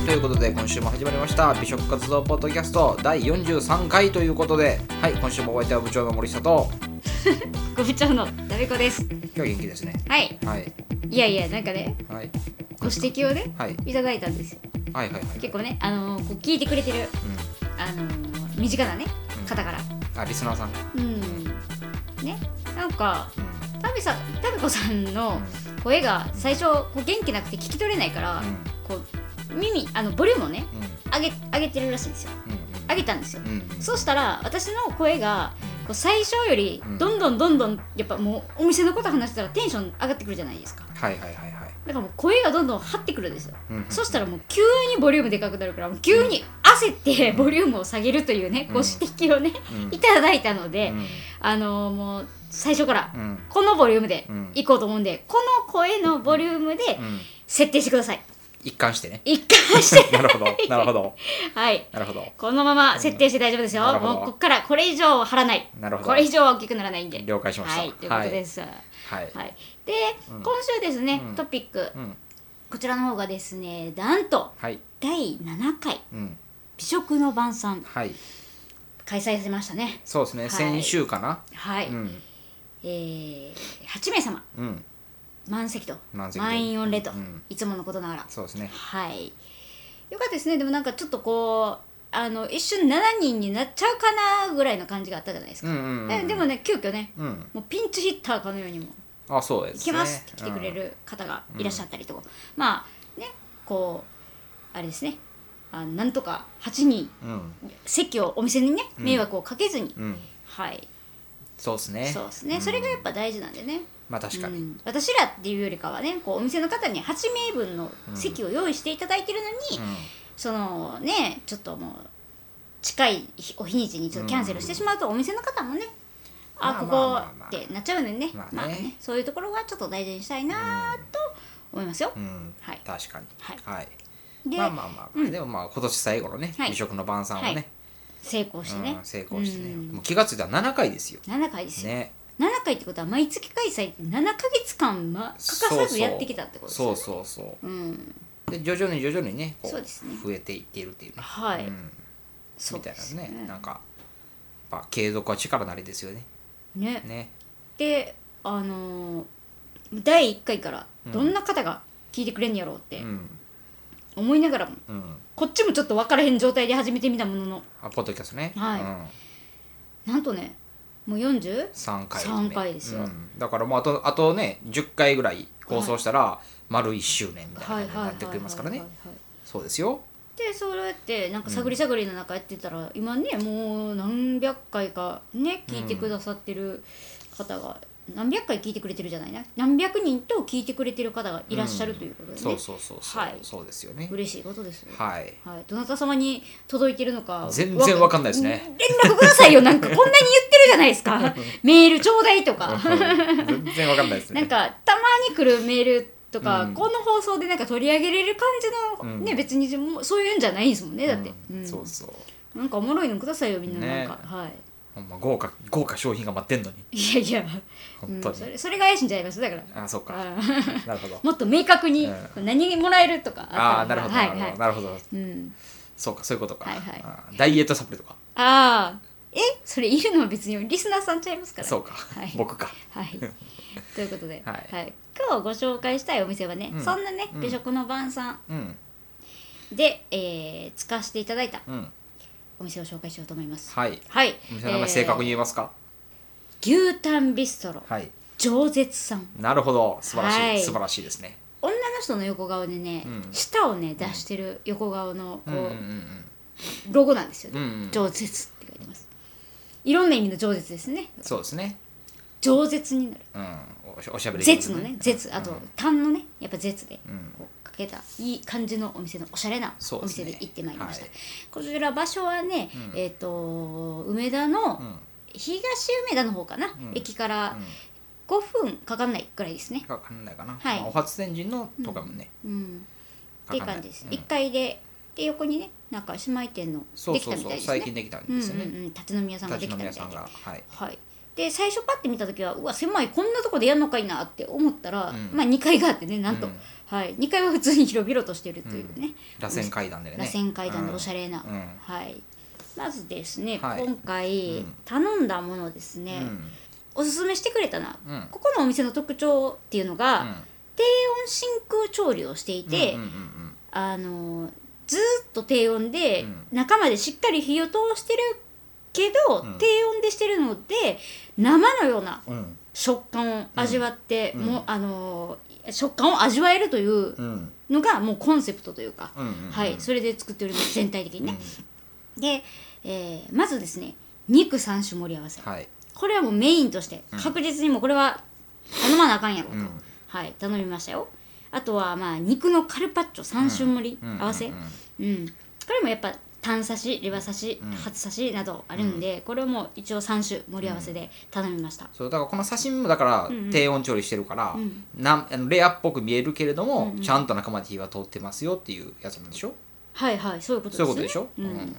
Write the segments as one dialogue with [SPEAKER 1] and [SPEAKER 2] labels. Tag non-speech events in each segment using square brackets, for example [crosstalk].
[SPEAKER 1] 今週も始まりました美食活動ポッドキャスト第43回ということではい今週もお相手は部長の森下と
[SPEAKER 2] ご部長のダベコです。
[SPEAKER 1] 今日は元気ですね
[SPEAKER 2] はい。
[SPEAKER 1] はい
[SPEAKER 2] いやいや、なんかね、
[SPEAKER 1] はい
[SPEAKER 2] ご指摘をね、
[SPEAKER 1] はい
[SPEAKER 2] いただいたんですよ。
[SPEAKER 1] はいはいはい
[SPEAKER 2] 結構ね、あのーこう聞いてくれてる、あのー身近なね
[SPEAKER 1] うん、
[SPEAKER 2] 方から。
[SPEAKER 1] うん、あリスナーさん、
[SPEAKER 2] うん。ね、なんか、
[SPEAKER 1] うん
[SPEAKER 2] ダベさん、ダベコさんの声が最初、こう元気なくて聞き取れないから、こう、耳、あの、ボリュームをね、
[SPEAKER 1] うん
[SPEAKER 2] 上げ、上げてるらしいんですよ。
[SPEAKER 1] うん
[SPEAKER 2] 上げたんですよ。
[SPEAKER 1] うんうんうん
[SPEAKER 2] そうしたら、私の声が、こう最初より
[SPEAKER 1] うん
[SPEAKER 2] どんどんどんどんやっぱもうお店のこと話したらテンション上がってくるじゃないですか
[SPEAKER 1] はいはいはいはい
[SPEAKER 2] だからもう声がどんどん張ってくるんですよ、
[SPEAKER 1] うん
[SPEAKER 2] そしたらもう急にボリュームでかくなるからもう急に焦ってボリュームを下げるというね、
[SPEAKER 1] うん
[SPEAKER 2] ご指摘をね、
[SPEAKER 1] うん
[SPEAKER 2] いただいたので、
[SPEAKER 1] うん
[SPEAKER 2] あのーもう最初から
[SPEAKER 1] うん
[SPEAKER 2] このボリュームで
[SPEAKER 1] うん
[SPEAKER 2] いこうと思うんで、この声のボリュームで
[SPEAKER 1] うん
[SPEAKER 2] 設定してください
[SPEAKER 1] 一貫してね [laughs]
[SPEAKER 2] 一貫して
[SPEAKER 1] なるほどなるほど
[SPEAKER 2] はい
[SPEAKER 1] なるほど
[SPEAKER 2] このまま設定して大丈夫ですよ、
[SPEAKER 1] なるほど
[SPEAKER 2] もうこっからこれ以上は張らない
[SPEAKER 1] なるほど
[SPEAKER 2] これ以上は大きくならないんで
[SPEAKER 1] 了解しました
[SPEAKER 2] はいということです、
[SPEAKER 1] はい
[SPEAKER 2] はい、で、
[SPEAKER 1] うん
[SPEAKER 2] 今週ですね、
[SPEAKER 1] うん
[SPEAKER 2] トピック、
[SPEAKER 1] うん
[SPEAKER 2] こちらの方がですねなんと
[SPEAKER 1] はい
[SPEAKER 2] 第7回
[SPEAKER 1] うん
[SPEAKER 2] 美食の晩餐
[SPEAKER 1] はい
[SPEAKER 2] 開催しましたね
[SPEAKER 1] そうですね、
[SPEAKER 2] はい
[SPEAKER 1] 先週かな
[SPEAKER 2] はい、
[SPEAKER 1] うん
[SPEAKER 2] えー、8名様
[SPEAKER 1] うん
[SPEAKER 2] 満席と
[SPEAKER 1] 満席で
[SPEAKER 2] 員御礼と、
[SPEAKER 1] うん
[SPEAKER 2] いつものことながら
[SPEAKER 1] そうですね
[SPEAKER 2] はいよかったですねでもなんかちょっとこうあの一瞬7人になっちゃうかなぐらいの感じがあったじゃないです
[SPEAKER 1] う
[SPEAKER 2] か、
[SPEAKER 1] んうん、う
[SPEAKER 2] え
[SPEAKER 1] ん、
[SPEAKER 2] でもね急遽ね
[SPEAKER 1] うん
[SPEAKER 2] もうピンチヒッターかのようにも
[SPEAKER 1] あそうです、ね、
[SPEAKER 2] 行けますって来てくれる方がいらっしゃったりとか、まあねこうあれですねあなんとか8人
[SPEAKER 1] うん
[SPEAKER 2] 席をお店にね
[SPEAKER 1] うん
[SPEAKER 2] 迷惑をかけずに、
[SPEAKER 1] うん、うん、
[SPEAKER 2] はい
[SPEAKER 1] そうですね
[SPEAKER 2] そうですね、
[SPEAKER 1] ん
[SPEAKER 2] それがやっぱ大事なんでね
[SPEAKER 1] まあ確かに、
[SPEAKER 2] うん私らっていうよりかはねこうお店の方に8名分の席を用意していただいてるのに、そのねちょっともう近い日お日にちにちょっとキャンセルしてしまうと、お店の方もねあ、
[SPEAKER 1] まあまあまあまあ
[SPEAKER 2] ここってなっちゃうのにね,、
[SPEAKER 1] ま
[SPEAKER 2] ま
[SPEAKER 1] あ
[SPEAKER 2] あ
[SPEAKER 1] ね
[SPEAKER 2] ねそういうところはちょっと大事にしたいなと思いますよ。
[SPEAKER 1] うん、うん
[SPEAKER 2] はい
[SPEAKER 1] 確かに
[SPEAKER 2] はい
[SPEAKER 1] はい
[SPEAKER 2] で、
[SPEAKER 1] まあまあまあ、
[SPEAKER 2] うん
[SPEAKER 1] でもまあ今年最後のね、
[SPEAKER 2] はい
[SPEAKER 1] 美食の晩餐を
[SPEAKER 2] はい
[SPEAKER 1] ね、
[SPEAKER 2] 成功してね、
[SPEAKER 1] うん、成功してね、
[SPEAKER 2] うん
[SPEAKER 1] もう気がついたら7回ですよ
[SPEAKER 2] 7回ですよ、
[SPEAKER 1] ね
[SPEAKER 2] 7回ってことは毎月開催って7か月間、ま、欠か
[SPEAKER 1] そ
[SPEAKER 2] さ
[SPEAKER 1] うそ
[SPEAKER 2] ず
[SPEAKER 1] う
[SPEAKER 2] やってきたってことですよ
[SPEAKER 1] そ
[SPEAKER 2] ね、
[SPEAKER 1] うそうそう
[SPEAKER 2] ん、
[SPEAKER 1] うで徐々に徐々にねこう
[SPEAKER 2] そうですね
[SPEAKER 1] 増えていっているっていうね、
[SPEAKER 2] はい、
[SPEAKER 1] うん、
[SPEAKER 2] そ
[SPEAKER 1] み
[SPEAKER 2] う
[SPEAKER 1] たい
[SPEAKER 2] で
[SPEAKER 1] な
[SPEAKER 2] す
[SPEAKER 1] ねなんかやっぱ継続は力なりですよね
[SPEAKER 2] ね
[SPEAKER 1] ね
[SPEAKER 2] であのー第1回からどんな方が聞いてくれんやろうっ
[SPEAKER 1] う
[SPEAKER 2] て
[SPEAKER 1] ん
[SPEAKER 2] 思いながらも、
[SPEAKER 1] うん
[SPEAKER 2] こっちもちょっと分からへん状態で始めてみたものの
[SPEAKER 1] あポッドキャストね、
[SPEAKER 2] はい
[SPEAKER 1] うん、
[SPEAKER 2] なんとねもう 40?
[SPEAKER 1] 3回
[SPEAKER 2] 三回ですよ
[SPEAKER 1] んだからもうあとあとね10回ぐらい放送したら、丸1周年みたいな感
[SPEAKER 2] はい
[SPEAKER 1] じに
[SPEAKER 2] はい
[SPEAKER 1] な
[SPEAKER 2] は
[SPEAKER 1] っ
[SPEAKER 2] い
[SPEAKER 1] て
[SPEAKER 2] は
[SPEAKER 1] く
[SPEAKER 2] い
[SPEAKER 1] れますからね
[SPEAKER 2] はいはい
[SPEAKER 1] そうですよ
[SPEAKER 2] でそうやってなんか探り探りの中やってたら、今ねもう何百回かね聞いてくださってる方が、何百回聞いてくれてるじゃないな何百人と聞いてくれてる方がいらっしゃるということでね、
[SPEAKER 1] そうそうそうそう、
[SPEAKER 2] はい
[SPEAKER 1] そうですよね
[SPEAKER 2] 嬉しいことですよ [laughs]
[SPEAKER 1] はい
[SPEAKER 2] はい、どなた様に届いてるのか
[SPEAKER 1] 全然わかんないですね
[SPEAKER 2] 連絡くださいよなんかこんなに言ってるじゃないです
[SPEAKER 1] [laughs]
[SPEAKER 2] かメールちょうだいとか
[SPEAKER 1] 全然わかんないですね
[SPEAKER 2] なんかたまに来るメールとか、
[SPEAKER 1] うん
[SPEAKER 2] この放送でなんか取り上げれる感じの、
[SPEAKER 1] うん
[SPEAKER 2] ね別にもうそういうんじゃないですもんねだって、
[SPEAKER 1] うん
[SPEAKER 2] うん
[SPEAKER 1] そうそう
[SPEAKER 2] なんかおもろいのくださいよみんななんか、
[SPEAKER 1] ね
[SPEAKER 2] はい
[SPEAKER 1] ほんま豪華豪華商品が待ってんのに
[SPEAKER 2] いやいや、
[SPEAKER 1] 本当
[SPEAKER 2] うん
[SPEAKER 1] に、
[SPEAKER 2] それそれが怪しいんじゃないますだから
[SPEAKER 1] あそうか
[SPEAKER 2] あー
[SPEAKER 1] なるほど
[SPEAKER 2] もっと明確に
[SPEAKER 1] う
[SPEAKER 2] 何もらえるとか
[SPEAKER 1] ああ
[SPEAKER 2] っ
[SPEAKER 1] ー
[SPEAKER 2] た
[SPEAKER 1] な
[SPEAKER 2] ら
[SPEAKER 1] るほど、
[SPEAKER 2] はい
[SPEAKER 1] なるほ
[SPEAKER 2] は
[SPEAKER 1] ど
[SPEAKER 2] い
[SPEAKER 1] なるほど
[SPEAKER 2] うん、
[SPEAKER 1] そうかそういうことか、
[SPEAKER 2] はいはい
[SPEAKER 1] あーダイエットサプリとか
[SPEAKER 2] ああえそれいるのは別にリスナーさんちゃいますから
[SPEAKER 1] そうか、
[SPEAKER 2] はい
[SPEAKER 1] 僕か [laughs]
[SPEAKER 2] はい、ということで、
[SPEAKER 1] はい
[SPEAKER 2] 今日ご紹介したいお店はね、
[SPEAKER 1] うん
[SPEAKER 2] そんなね
[SPEAKER 1] うん
[SPEAKER 2] 美食の晩餐
[SPEAKER 1] うん
[SPEAKER 2] で、えー使わせていただいた
[SPEAKER 1] うん
[SPEAKER 2] お店を紹介しようと思います
[SPEAKER 1] はい
[SPEAKER 2] はい
[SPEAKER 1] お店の名前正確に言えますか、
[SPEAKER 2] えー牛タンビストロ
[SPEAKER 1] はい
[SPEAKER 2] 饒舌さん
[SPEAKER 1] なるほど素晴らしい、
[SPEAKER 2] はい
[SPEAKER 1] 素晴らしいですね
[SPEAKER 2] 女の人の横顔でね、
[SPEAKER 1] うん
[SPEAKER 2] 舌をね出してる横顔の
[SPEAKER 1] う
[SPEAKER 2] こう、
[SPEAKER 1] んうんうん
[SPEAKER 2] ロゴなんですよ
[SPEAKER 1] うんう
[SPEAKER 2] ね
[SPEAKER 1] んうん
[SPEAKER 2] 饒舌、って書いてますいろんな意味の饒舌ですね
[SPEAKER 1] そうですね
[SPEAKER 2] 饒舌になる
[SPEAKER 1] うんおしおしゃべり
[SPEAKER 2] 舌のね舌あと
[SPEAKER 1] うん
[SPEAKER 2] 痰のねやっぱ舌で
[SPEAKER 1] うん
[SPEAKER 2] こうかけたいい感じのお店のおしゃれな
[SPEAKER 1] そう
[SPEAKER 2] お
[SPEAKER 1] です
[SPEAKER 2] 店
[SPEAKER 1] ね
[SPEAKER 2] で行ってまいりました、
[SPEAKER 1] はい
[SPEAKER 2] こちら場所はね、
[SPEAKER 1] うん
[SPEAKER 2] えっ、と梅田の、
[SPEAKER 1] うん
[SPEAKER 2] 東梅田の方かな、
[SPEAKER 1] ん
[SPEAKER 2] 駅から5分かかんないぐらいですね
[SPEAKER 1] かかんないかな、
[SPEAKER 2] はい
[SPEAKER 1] まあお初天神のとかもね、
[SPEAKER 2] うんっていう
[SPEAKER 1] かかんな
[SPEAKER 2] 感じです、
[SPEAKER 1] うん
[SPEAKER 2] 一階でで横にねなんか姉妹店の
[SPEAKER 1] そ
[SPEAKER 2] で
[SPEAKER 1] う
[SPEAKER 2] き
[SPEAKER 1] そう
[SPEAKER 2] たみ
[SPEAKER 1] そ
[SPEAKER 2] た
[SPEAKER 1] う最
[SPEAKER 2] いですね
[SPEAKER 1] 近できたんですよね、
[SPEAKER 2] うんうんうん、立ち飲み屋さんがで
[SPEAKER 1] 立
[SPEAKER 2] き
[SPEAKER 1] ち
[SPEAKER 2] た
[SPEAKER 1] 飲
[SPEAKER 2] み
[SPEAKER 1] み
[SPEAKER 2] た
[SPEAKER 1] 屋
[SPEAKER 2] いで
[SPEAKER 1] さんがはい
[SPEAKER 2] はいで最初パッて見た時はうわ狭いこんなとこでやんのかいなって思ったら、
[SPEAKER 1] うん
[SPEAKER 2] まあ2階があってねなんと、
[SPEAKER 1] うん
[SPEAKER 2] はい、2階は普通に広々としてるというね、
[SPEAKER 1] 螺旋階段でね
[SPEAKER 2] 螺旋階段でおしゃれな、
[SPEAKER 1] うんうん
[SPEAKER 2] はいまずですね、
[SPEAKER 1] はい
[SPEAKER 2] 今回、
[SPEAKER 1] うん
[SPEAKER 2] 頼んだものですね、
[SPEAKER 1] うん
[SPEAKER 2] おすすめしてくれたな、
[SPEAKER 1] うん
[SPEAKER 2] ここのお店の特徴っていうのが、
[SPEAKER 1] うん
[SPEAKER 2] 低温真空調理をしていて、
[SPEAKER 1] うんうんうん
[SPEAKER 2] あのずーっと低温で、
[SPEAKER 1] うん
[SPEAKER 2] 中までしっかり火を通してるけど、
[SPEAKER 1] うん
[SPEAKER 2] 低温でしてるので生のような
[SPEAKER 1] うん
[SPEAKER 2] 食感を味わって、
[SPEAKER 1] うん
[SPEAKER 2] もうあのー食感を味わえるという
[SPEAKER 1] うん
[SPEAKER 2] のがもうコンセプトというか、
[SPEAKER 1] うんうん
[SPEAKER 2] はい、それで作っております全体的にね。で、えーまずですね肉3種盛り合わせ、
[SPEAKER 1] はい
[SPEAKER 2] これはもうメインとして
[SPEAKER 1] うん
[SPEAKER 2] 確実にもうこれは頼まなあかんやろと、
[SPEAKER 1] うん
[SPEAKER 2] はい頼みましたよあとはまあ肉のカルパッチョ3種盛り
[SPEAKER 1] うん
[SPEAKER 2] 合わせ
[SPEAKER 1] うんうんうん
[SPEAKER 2] うん、これもやっぱ単刺しレバ刺し、
[SPEAKER 1] うん
[SPEAKER 2] 初刺しなどあるんで、これも一応3種盛り合わせで頼みました、
[SPEAKER 1] そうだからこの刺身もだから
[SPEAKER 2] うんうん
[SPEAKER 1] 低温調理してるから、
[SPEAKER 2] うん
[SPEAKER 1] なんあのレアっぽく見えるけれども、
[SPEAKER 2] うんうん
[SPEAKER 1] ちゃんと中まで火は通ってますよっていうやつなんでしょ
[SPEAKER 2] はいはいそういうことです
[SPEAKER 1] そ
[SPEAKER 2] ね
[SPEAKER 1] ういうことでしょ、
[SPEAKER 2] うん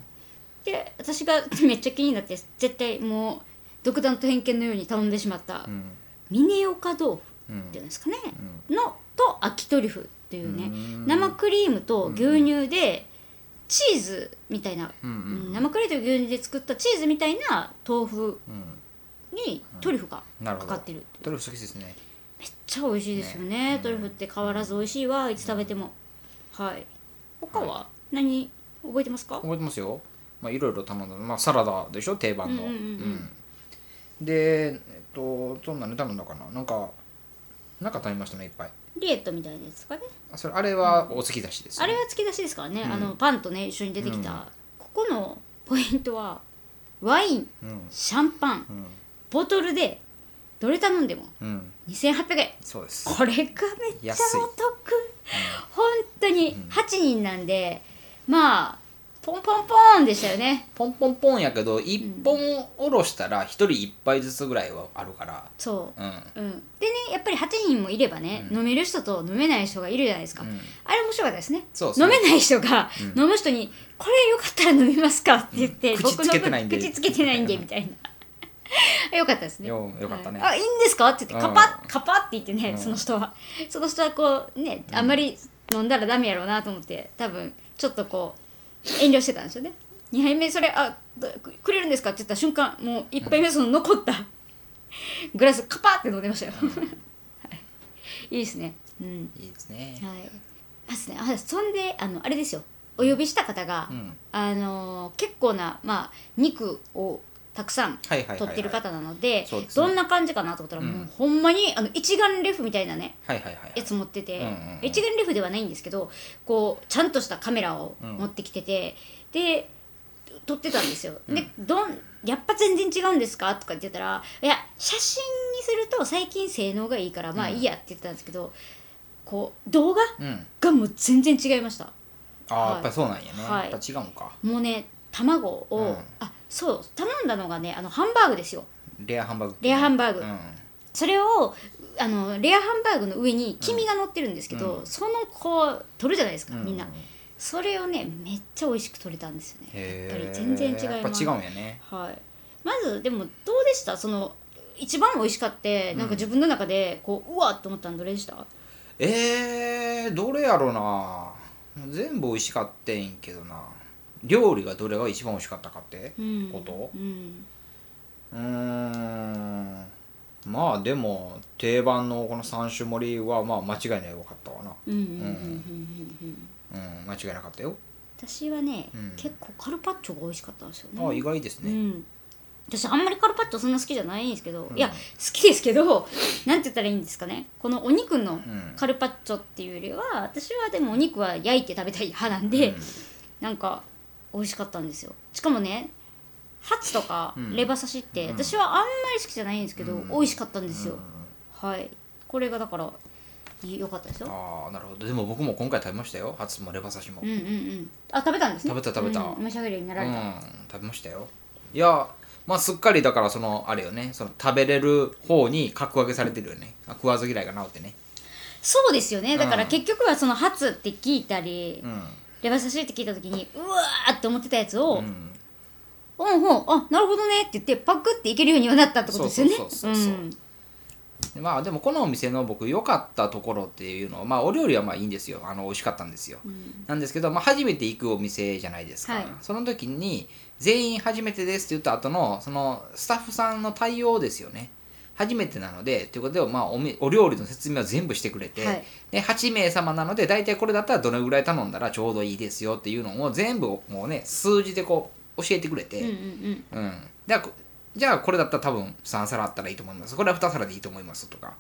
[SPEAKER 2] で私が [laughs] めっちゃ気になって絶対もう独断と偏見のように頼んでしまった、
[SPEAKER 1] うん
[SPEAKER 2] ミネオカ豆腐
[SPEAKER 1] うんうん
[SPEAKER 2] っていうんですかね、のと秋トリュフっていうね、
[SPEAKER 1] うん
[SPEAKER 2] 生クリームと牛乳でチーズみたいな、
[SPEAKER 1] うんうん
[SPEAKER 2] うん生クリームと牛乳で作ったチーズみたいな豆腐
[SPEAKER 1] うん
[SPEAKER 2] にトリュフが
[SPEAKER 1] なる
[SPEAKER 2] か
[SPEAKER 1] ほど
[SPEAKER 2] かってるっていう
[SPEAKER 1] トリュフ好きですね
[SPEAKER 2] めっちゃ美味しいですよねトリュフって変わらず美味しいわいつ食べても、はい他は何覚えてますか、
[SPEAKER 1] 覚えてますよまあいろいろ頼んだ、まあ、サラダでしょ定番の、
[SPEAKER 2] うんうんうんうん
[SPEAKER 1] うんでえっとそんなの頼んだかななんかなんか頼みましたねいっぱい
[SPEAKER 2] リエットみたいなやつかね
[SPEAKER 1] あそれあれはお月出しです、
[SPEAKER 2] あれは突き出しですからね、
[SPEAKER 1] うん
[SPEAKER 2] あのパンとね一緒に出てきた、
[SPEAKER 1] うん
[SPEAKER 2] ここのポイントはワイン
[SPEAKER 1] うん
[SPEAKER 2] シャンパン
[SPEAKER 1] うん
[SPEAKER 2] ボトルでどれ頼んでも
[SPEAKER 1] うん
[SPEAKER 2] 2800円
[SPEAKER 1] そうです
[SPEAKER 2] これがめっちゃお得本当に8人なんで、まあポンポンポンでしたよね
[SPEAKER 1] ポンポンポンやけど1本おろしたら1人1杯ずつぐらいはあるから
[SPEAKER 2] そう
[SPEAKER 1] うん
[SPEAKER 2] うん、でねやっぱり8人もいればね、飲める人と飲めない人がいるじゃないですか、
[SPEAKER 1] うん
[SPEAKER 2] あれ面白かったですね
[SPEAKER 1] そうですね
[SPEAKER 2] 飲めない人が、飲む人に「これよかったら飲みますか?」って言って、
[SPEAKER 1] うん
[SPEAKER 2] 僕の
[SPEAKER 1] 口つけてないんで
[SPEAKER 2] 口つけてないんでみたいな [laughs] よかったですね
[SPEAKER 1] ようよかったね
[SPEAKER 2] はいあいいんですかって言ってカパッ、カパッって言ってね、
[SPEAKER 1] うん
[SPEAKER 2] その人はその人はこうねあんまり飲んだらダメやろうなと思って多分ちょっとこう遠慮してたんですよね2杯目それあどくれるんですかって言った瞬間もう1杯目その残ったグラスカパッって飲んでましたよ、 [laughs] はい、いいですねうん
[SPEAKER 1] いいですね
[SPEAKER 2] はいまずねあそんであのあれですよお呼びした方が、
[SPEAKER 1] うん
[SPEAKER 2] あのー結構な、まあ、肉をたくさん
[SPEAKER 1] はいはいはいはい
[SPEAKER 2] 取ってる方なので
[SPEAKER 1] そうですね
[SPEAKER 2] どんな感じかなと思ったら、もうんうほんまにあの一眼レフみたいなね
[SPEAKER 1] はいはいはい
[SPEAKER 2] やつ持ってて、
[SPEAKER 1] うんうんうん
[SPEAKER 2] 一眼レフではないんですけどこうちゃんとしたカメラを持ってきてて、で撮ってたんですよ。でどんやっぱ全然違うんですかとか言ってたらいや写真にすると最近性能がいいからまあいいやって言ってたんですけど、こう動画
[SPEAKER 1] うん
[SPEAKER 2] がもう全然違いました。
[SPEAKER 1] ああ、
[SPEAKER 2] はい
[SPEAKER 1] やっぱりそうなんやね、
[SPEAKER 2] はい
[SPEAKER 1] やっぱ違うんか
[SPEAKER 2] もうね卵を、
[SPEAKER 1] うん
[SPEAKER 2] あそう頼んだのがねあのハンバーグですよ
[SPEAKER 1] レアハンバーグ
[SPEAKER 2] レアハンバーグ
[SPEAKER 1] うん
[SPEAKER 2] それをあのレアハンバーグの上に黄身が乗ってるんですけど、そのこう取るじゃないですか、みんな
[SPEAKER 1] う
[SPEAKER 2] それをねめっちゃ美味しく取れたんですよね
[SPEAKER 1] へ
[SPEAKER 2] や
[SPEAKER 1] え
[SPEAKER 2] っぱり全然違います
[SPEAKER 1] やっぱ違うんやね
[SPEAKER 2] はい、まずでもどうでしたその一番美味しかってなんか自分の中でこううわっと思ったのどれでした、
[SPEAKER 1] えー、どれやろな全部美味しかってんけどな料理がどれが一番美味しかったかって
[SPEAKER 2] うん、
[SPEAKER 1] こと
[SPEAKER 2] うん
[SPEAKER 1] うーんまあでも定番のこの3種盛りはまあ間違いない分かったわな
[SPEAKER 2] うんうんうんうんうんうん
[SPEAKER 1] うん間違いなかったよ、
[SPEAKER 2] 私はね、
[SPEAKER 1] うん
[SPEAKER 2] 結構カルパッチョが美味しかったんですよね
[SPEAKER 1] ああ意外です
[SPEAKER 2] う
[SPEAKER 1] ね、
[SPEAKER 2] ん、私あんまりカルパッチョそんな好きじゃないんですけど、いや好きですけど [laughs] なんて言ったらいいんですかねこのお肉の
[SPEAKER 1] ん
[SPEAKER 2] カルパッチョっていうよりは私はでもお肉は焼いて食べたい派なんで、
[SPEAKER 1] うん
[SPEAKER 2] なんか美味しかったんですよしかもねハツとか
[SPEAKER 1] ん
[SPEAKER 2] レバ刺しって私はあんまり好きじゃないんですけど、
[SPEAKER 1] うん
[SPEAKER 2] 美味しかったんですよ、
[SPEAKER 1] うん
[SPEAKER 2] はいこれがだからい良かったですよ
[SPEAKER 1] ああなるほどでも僕も今回食べましたよ初もレバ刺しも、
[SPEAKER 2] うんうんうんあ食べたんですね
[SPEAKER 1] 食べた食べた
[SPEAKER 2] うん、召し上がりになられた、
[SPEAKER 1] うん、食べましたよいやまあすっかりだからそのあれよねその食べれる方に格上げされてるよねあ食わず嫌いが治ってね
[SPEAKER 2] そうですよねだから
[SPEAKER 1] うん
[SPEAKER 2] 結局はそのハツって聞いたり、
[SPEAKER 1] うん
[SPEAKER 2] レバ刺しって聞いた時にうわーって思ってたやつを、
[SPEAKER 1] うん
[SPEAKER 2] うんほうあなるほどねって言ってパクっていけるようにはなったってことですよね
[SPEAKER 1] そうそうそうそうまあでもこのお店の僕良かったところっていうのはまあお料理はまあいいんですよあの美味しかったんですよ、なんですけど、まあ、初めて行くお店じゃないですか、
[SPEAKER 2] はい
[SPEAKER 1] その時に全員初めてですって言った後のそのスタッフさんの対応ですよね初めてなのでということで、まあ、おみお料理の説明を全部してくれて、
[SPEAKER 2] はい
[SPEAKER 1] で8名様なので大体これだったらどのぐらい頼んだらちょうどいいですよっていうのを全部もうね数字でこう教えてくれて、
[SPEAKER 2] うんうんうん
[SPEAKER 1] うん、じゃあこじゃあこれだったら多分3皿あったらいいと思いますこれは2皿でいいと思いますとかっ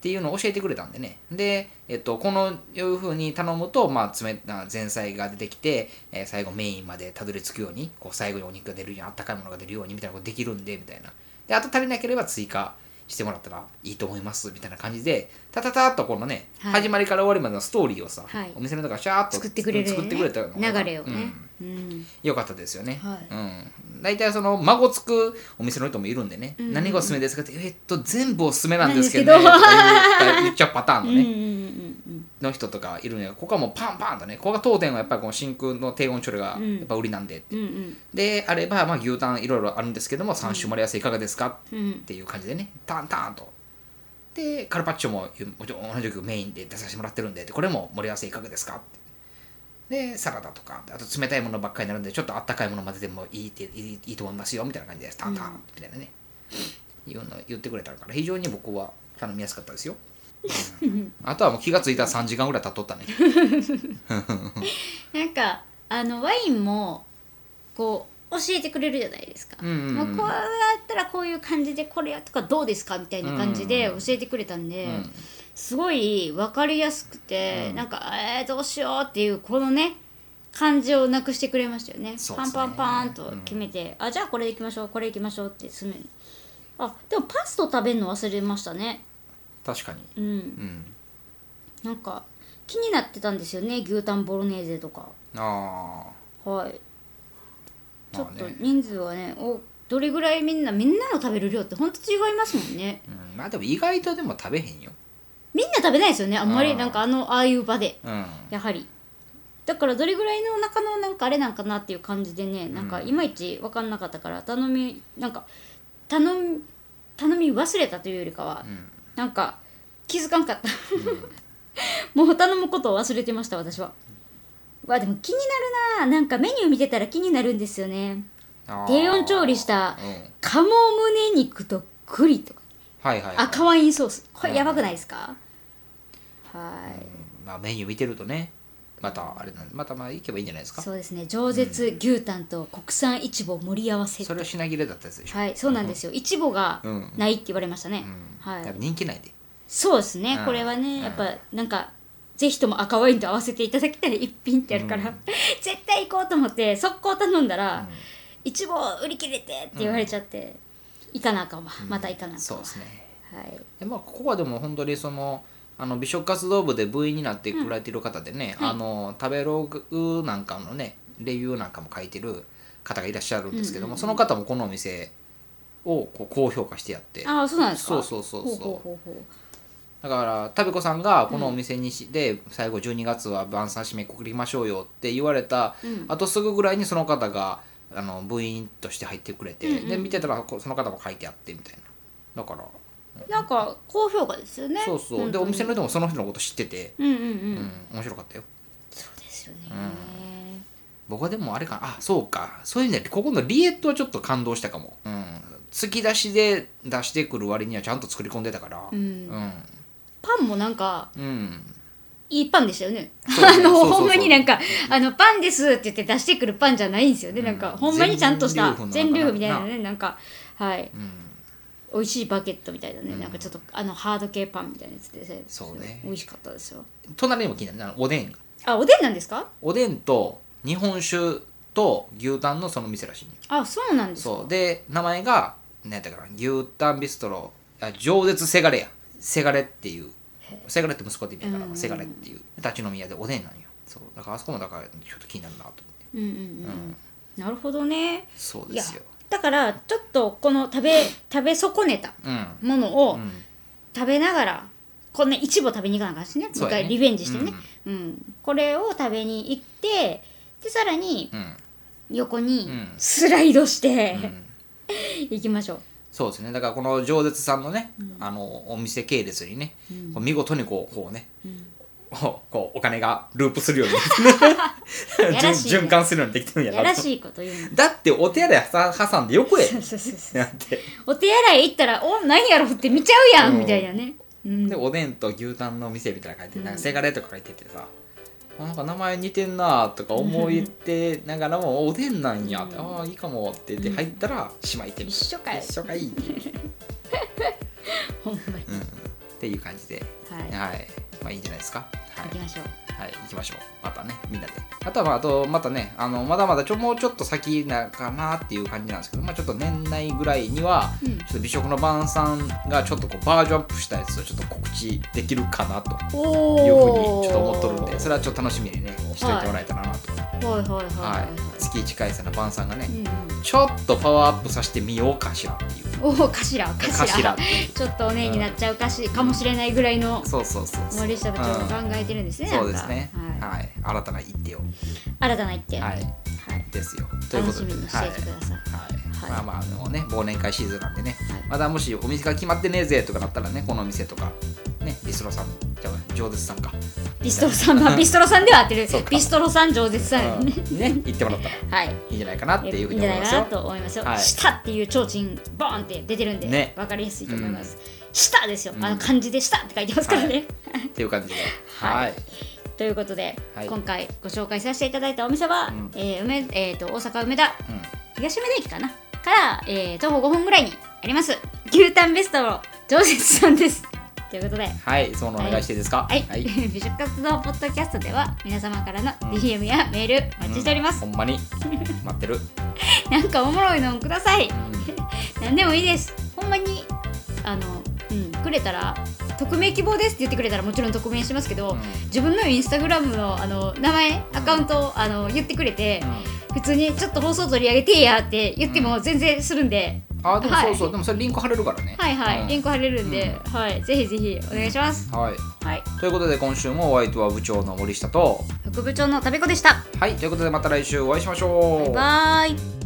[SPEAKER 1] ていうのを教えてくれたんでねで、えっと、このいうふうに頼むと、まあ、詰めあ前菜が出てきて、えー最後メインまでたどり着くようにこう最後にお肉が出るようにあったかいものが出るようにみたいなことできるんでみたいなであと足りなければ追加してもらったらいいと思いますみたいな感じでたたたっとこのね、
[SPEAKER 2] はい
[SPEAKER 1] 始まりから終わりまでのストーリーをさ、
[SPEAKER 2] はい
[SPEAKER 1] お店の中がシャーっと
[SPEAKER 2] 作ってくれる、ね、
[SPEAKER 1] 作ってくれたのが
[SPEAKER 2] 流れを
[SPEAKER 1] う
[SPEAKER 2] ね
[SPEAKER 1] ん、
[SPEAKER 2] うん
[SPEAKER 1] 良かったですよね、
[SPEAKER 2] はい
[SPEAKER 1] うん、大体その孫つくお店の人もいるんでね、
[SPEAKER 2] んうんうん
[SPEAKER 1] 何がおすすめですかってえっと全部おすすめなんですけどねと
[SPEAKER 2] なん
[SPEAKER 1] か
[SPEAKER 2] です
[SPEAKER 1] 言う言っちゃうパターン
[SPEAKER 2] うん
[SPEAKER 1] の
[SPEAKER 2] うんう
[SPEAKER 1] ね、
[SPEAKER 2] [laughs] ん
[SPEAKER 1] の人とかいるんやここはもうパンパンとねここが当店はやっぱりこの真空の低温調理が
[SPEAKER 2] うん
[SPEAKER 1] やっぱ売りなんで、
[SPEAKER 2] うんうん
[SPEAKER 1] であれば、まあ、牛タンいろいろあるんですけども3種盛り合わせいかがですか
[SPEAKER 2] うんうん
[SPEAKER 1] っていう感じでねタンタンとでカルパッチョももちろん同じくメインで出させてもらってるんででこれも盛り合わせいかがですかってでサラダとかあと冷たいものばっかりになるんでちょっとあったかいもの混ぜてもいいっていいいいと思いますよみたいな感じですタンタンみたいなね、いうのを言ってくれたから非常に僕は頼みやすかったですよ、うんあとはもう気がついたら3時間ぐらい経っとったね
[SPEAKER 2] なんかあのワインもこう教えてくれるじゃないですか、
[SPEAKER 1] うんうんうん
[SPEAKER 2] もうこうやったらこういう感じでこれやとかどうですかみたいな感じで
[SPEAKER 1] うん
[SPEAKER 2] 教えてくれたんで、
[SPEAKER 1] うん
[SPEAKER 2] すごい分かりやすくて、
[SPEAKER 1] うん
[SPEAKER 2] なんかえー、どうしようっていうこのね感じをなくしてくれましたよね
[SPEAKER 1] そうで
[SPEAKER 2] パ
[SPEAKER 1] すね
[SPEAKER 2] ンパンパンと決めて、あじゃあこれいきましょうこれいきましょうって進めるあでもパスタ食べるの忘れましたね
[SPEAKER 1] 確かに
[SPEAKER 2] うん
[SPEAKER 1] うん
[SPEAKER 2] なんか気になってたんですよね牛タンボロネーゼとか
[SPEAKER 1] ああ
[SPEAKER 2] はいちょ
[SPEAKER 1] ま
[SPEAKER 2] っ
[SPEAKER 1] あ
[SPEAKER 2] と
[SPEAKER 1] ね
[SPEAKER 2] 人数はねおどれぐらいみんなみんなの食べる量ってほんと違いますもんね
[SPEAKER 1] うん、まあでも意外とでも食べへんよ
[SPEAKER 2] みんな食べないですよねあんま
[SPEAKER 1] あ
[SPEAKER 2] り
[SPEAKER 1] ー
[SPEAKER 2] なんかあのああいう場で
[SPEAKER 1] うん
[SPEAKER 2] やはりだからどれぐらいのお腹のなんかあれなんかなっていう感じでねなんかいまいち分かんなかったから頼みなんか頼み頼み忘れたというよりかは、
[SPEAKER 1] ん
[SPEAKER 2] なんか気づかんかった、 [laughs] もう頼むことを忘れてました私はわでも気になるななんかメニュー見てたら気になるんですよね
[SPEAKER 1] あー
[SPEAKER 2] 低温調理した
[SPEAKER 1] うん
[SPEAKER 2] 鴨胸肉と栗とか
[SPEAKER 1] はいはい、はい、
[SPEAKER 2] 赤ワインソースこれやばくないですか、はい
[SPEAKER 1] うんまあ、メニュー見てるとねまたあれなんまたまあ行けばいいんじゃないですか
[SPEAKER 2] そうですね饒舌牛タンと国産いちぼ盛り合わせ
[SPEAKER 1] それは品切れだったやつでしょ、
[SPEAKER 2] はいそうなんですよいちぼが
[SPEAKER 1] うん
[SPEAKER 2] ないって言われましたね、
[SPEAKER 1] うん
[SPEAKER 2] は
[SPEAKER 1] やっ
[SPEAKER 2] い
[SPEAKER 1] ぱ人気ないで
[SPEAKER 2] そうですね
[SPEAKER 1] うん
[SPEAKER 2] これは
[SPEAKER 1] う
[SPEAKER 2] ね
[SPEAKER 1] ん
[SPEAKER 2] やっぱなんかぜひとも赤ワインと合わせていただきたい一品ってあるから、 [laughs] 絶対行こうと思って速攻頼んだら、いちぼ売り切れてって言われちゃって、行かなあかんわまた行かなあか
[SPEAKER 1] そ
[SPEAKER 2] ん
[SPEAKER 1] う
[SPEAKER 2] わ、
[SPEAKER 1] ですね
[SPEAKER 2] はい
[SPEAKER 1] でまあここはでも本当にそのあの美食活動部で部員になってくれてる方でね、
[SPEAKER 2] うんは
[SPEAKER 1] あ
[SPEAKER 2] い
[SPEAKER 1] の食べログなんかのねレビューなんかも書いてる方がいらっしゃるんですけども、
[SPEAKER 2] うんうんうん
[SPEAKER 1] その方もこのお店をこう高評価してやって
[SPEAKER 2] ああそうなんですか
[SPEAKER 1] そうそうそうそう
[SPEAKER 2] ほうほうほうほう
[SPEAKER 1] だからタビコさんがこのお店にし、で最後12月は晩餐締めくくりましょうよって言われた、
[SPEAKER 2] うん
[SPEAKER 1] あとすぐぐらいにその方があの部員として入ってくれて、
[SPEAKER 2] うんうん
[SPEAKER 1] で見てたらこその方も書いてあってみたいなだから、
[SPEAKER 2] なんか高評価ですよね
[SPEAKER 1] そうそうで
[SPEAKER 2] 本当に
[SPEAKER 1] お店の人もその人のこと知ってて、
[SPEAKER 2] うんうんうん、
[SPEAKER 1] うん面白かったよ
[SPEAKER 2] そうですよね、
[SPEAKER 1] 僕はでもあれかなあそうかそういうねここのリエットはちょっと感動したかも、うん、突き出しで出してくる割にはちゃんと作り込んでたから
[SPEAKER 2] う
[SPEAKER 1] うん
[SPEAKER 2] ん、
[SPEAKER 1] う
[SPEAKER 2] パンもなんか
[SPEAKER 1] ん
[SPEAKER 2] [laughs] いいパンでしたよね
[SPEAKER 1] そうね
[SPEAKER 2] あ
[SPEAKER 1] そうそ
[SPEAKER 2] の
[SPEAKER 1] うそう
[SPEAKER 2] ほんまになんか「あのパンです」って言って出してくるパンじゃないんですよね、なんかほんまにちゃんとした
[SPEAKER 1] 全
[SPEAKER 2] 全
[SPEAKER 1] 粒粉の
[SPEAKER 2] 粒粉み
[SPEAKER 1] なんかな
[SPEAKER 2] たいなねなんかはい、美味しいバゲットみたいなね、なんかちょっとあのハード系パンみたいなやつで
[SPEAKER 1] そうね
[SPEAKER 2] 美味しかったですよ
[SPEAKER 1] 隣にも気になるあのおでん
[SPEAKER 2] あおでんなんですか
[SPEAKER 1] おでんと日本酒と牛タンのその店らしいね
[SPEAKER 2] あそうなんですか
[SPEAKER 1] そうで名前が何やったかな牛タンビストロあ饒舌せがれやせがれっていうせがれって息子って意味やか
[SPEAKER 2] うんう
[SPEAKER 1] ら
[SPEAKER 2] ん
[SPEAKER 1] せがれっていう立ち飲み屋でおでんなんよそうだからあそこもだからちょっと気になるなと思って
[SPEAKER 2] うんうんうん、なるほどね
[SPEAKER 1] そう
[SPEAKER 2] い
[SPEAKER 1] で
[SPEAKER 2] や
[SPEAKER 1] すよ
[SPEAKER 2] だからちょっとこの食べ食べ損ねた
[SPEAKER 1] うん
[SPEAKER 2] ものを、
[SPEAKER 1] うん
[SPEAKER 2] 食べながらこんな一部食べに行かなあかんしねもう
[SPEAKER 1] そう
[SPEAKER 2] 一
[SPEAKER 1] やね
[SPEAKER 2] 回リベンジしてねうん、これを食べに行ってでさらに
[SPEAKER 1] うん
[SPEAKER 2] 横に
[SPEAKER 1] うん
[SPEAKER 2] スライドして
[SPEAKER 1] う、ん
[SPEAKER 2] 行きましょう
[SPEAKER 1] そうですねだからこの饒舌さんのね、あのお店系列にね、こう見事にこうこうね、こうこうお金がループするように
[SPEAKER 2] [laughs] やら
[SPEAKER 1] [laughs]
[SPEAKER 2] しいね
[SPEAKER 1] 循循環するようにできてるんや
[SPEAKER 2] や
[SPEAKER 1] な
[SPEAKER 2] ら
[SPEAKER 1] と
[SPEAKER 2] しいこと言うの
[SPEAKER 1] だってお手洗いさ挟んで横へ
[SPEAKER 2] そうそうそうそう
[SPEAKER 1] なんて
[SPEAKER 2] お手洗い行ったら「お何やろ?」って見ちゃうや
[SPEAKER 1] うんん
[SPEAKER 2] みたいなね、うん
[SPEAKER 1] でおでんと牛タンの店みたいなの書いてなんかせがれとか書いててさ、あなんか名前似てんなとか思いってながらもおでんなんやって、
[SPEAKER 2] うん
[SPEAKER 1] ああいいかもって言って入ったらしまいてる、
[SPEAKER 2] 一緒かい
[SPEAKER 1] 一緒かい、うん、っ
[SPEAKER 2] ほんまに、
[SPEAKER 1] ていう感じで
[SPEAKER 2] はい、
[SPEAKER 1] はいまあいいんじゃないですかは
[SPEAKER 2] 行
[SPEAKER 1] い
[SPEAKER 2] きましょう
[SPEAKER 1] はい、行きましょう。またね、みんなで。あとは、まあ、あと、またね、あの、まだまだちょ、もうちょっと先なかなっていう感じなんですけど、まあ、ちょっと年内ぐらいには、
[SPEAKER 2] うん
[SPEAKER 1] ちょっと美食の晩さんが、ちょっとこう、バージョンアップしたやつをちょっと告知できるかなと
[SPEAKER 2] お
[SPEAKER 1] いうふう
[SPEAKER 2] お
[SPEAKER 1] に、ちょっと思っとるんで、それはちょっと楽しみにね、しといてもらえたらなと。
[SPEAKER 2] は
[SPEAKER 1] は
[SPEAKER 2] いはいはい
[SPEAKER 1] い。
[SPEAKER 2] はい、
[SPEAKER 1] 月1回戦の晩さんがね
[SPEAKER 2] う、んうん
[SPEAKER 1] ちょっとパワーアップさせてみようかしらっていう。
[SPEAKER 2] おお頭頭
[SPEAKER 1] かし
[SPEAKER 2] [laughs]
[SPEAKER 1] らっていう。
[SPEAKER 2] ちょっとおねえになっちゃうかし、かもしれないぐらいの
[SPEAKER 1] そうそうそうそう。
[SPEAKER 2] 森下部長が考えてるんです
[SPEAKER 1] う
[SPEAKER 2] ね、
[SPEAKER 1] ん
[SPEAKER 2] なんか
[SPEAKER 1] そうですね、
[SPEAKER 2] はい
[SPEAKER 1] はい。新たな一手を。
[SPEAKER 2] 新たな一手、
[SPEAKER 1] は
[SPEAKER 2] はい
[SPEAKER 1] い。ですよ。というこ
[SPEAKER 2] 楽
[SPEAKER 1] と
[SPEAKER 2] し
[SPEAKER 1] で。
[SPEAKER 2] みにしていてください、
[SPEAKER 1] はい、
[SPEAKER 2] はい
[SPEAKER 1] まあまああのね忘年会シーズンなんでね、
[SPEAKER 2] はい
[SPEAKER 1] まだもしお店が決まってねえぜとかなったらねこのお店とかねビストロさんじゃあ上舌さんか
[SPEAKER 2] ビストロさん、ま
[SPEAKER 1] [laughs]
[SPEAKER 2] あ、ビストロさんでは合ってる
[SPEAKER 1] そうか
[SPEAKER 2] ビストロさん饒舌さんね、
[SPEAKER 1] うんね行ってもらったらい
[SPEAKER 2] [laughs] はい
[SPEAKER 1] いんじゃないかなっていうふう
[SPEAKER 2] いい
[SPEAKER 1] に
[SPEAKER 2] んじゃ
[SPEAKER 1] 思
[SPEAKER 2] ない
[SPEAKER 1] ま
[SPEAKER 2] いか
[SPEAKER 1] す
[SPEAKER 2] な
[SPEAKER 1] よ
[SPEAKER 2] と思いますよ、
[SPEAKER 1] はい
[SPEAKER 2] 下っていう提灯ボーンって出てるんで、
[SPEAKER 1] ね
[SPEAKER 2] 分かりやすいと思います、下ですよ、あの漢字で下って書いてますからね、
[SPEAKER 1] っていう感じでは、
[SPEAKER 2] はいということで、
[SPEAKER 1] はい
[SPEAKER 2] 今回ご紹介させていただいたお店は、
[SPEAKER 1] ん
[SPEAKER 2] えー梅えーと大阪梅田
[SPEAKER 1] うん
[SPEAKER 2] 東梅田駅かなから、えー徒歩5分ぐらいにあります牛タンベストの常設さんですということで
[SPEAKER 1] はい、そのお願いしていいですか
[SPEAKER 2] はい、
[SPEAKER 1] はい、
[SPEAKER 2] [laughs] 美食活動ポッドキャストでは皆様からの
[SPEAKER 1] ん
[SPEAKER 2] DM やメールお待ちしております
[SPEAKER 1] う、んほんまに待ってる、
[SPEAKER 2] [laughs]
[SPEAKER 1] う
[SPEAKER 2] なんかおもろいのください
[SPEAKER 1] ん
[SPEAKER 2] 何でもいいですほんまにあのうんくれたら匿名希望ですって言ってくれたらもちろん匿名しますけど、
[SPEAKER 1] うん
[SPEAKER 2] 自分のインスタグラムのあの名前アカウントをあの言ってくれて、普通にちょっと放送取り上げてやって言っても全然するんで、
[SPEAKER 1] あでも
[SPEAKER 2] はい
[SPEAKER 1] そうそう、でもそれリンク貼れるからね
[SPEAKER 2] はいはい、
[SPEAKER 1] うん
[SPEAKER 2] リンク貼れるんで、はいぜひぜひお願いします、
[SPEAKER 1] はい
[SPEAKER 2] はい
[SPEAKER 1] ということで今週もお相手は部長の森下と
[SPEAKER 2] 副部長のたべこでした
[SPEAKER 1] はいということでまた来週お会いしましょう
[SPEAKER 2] バイバーイ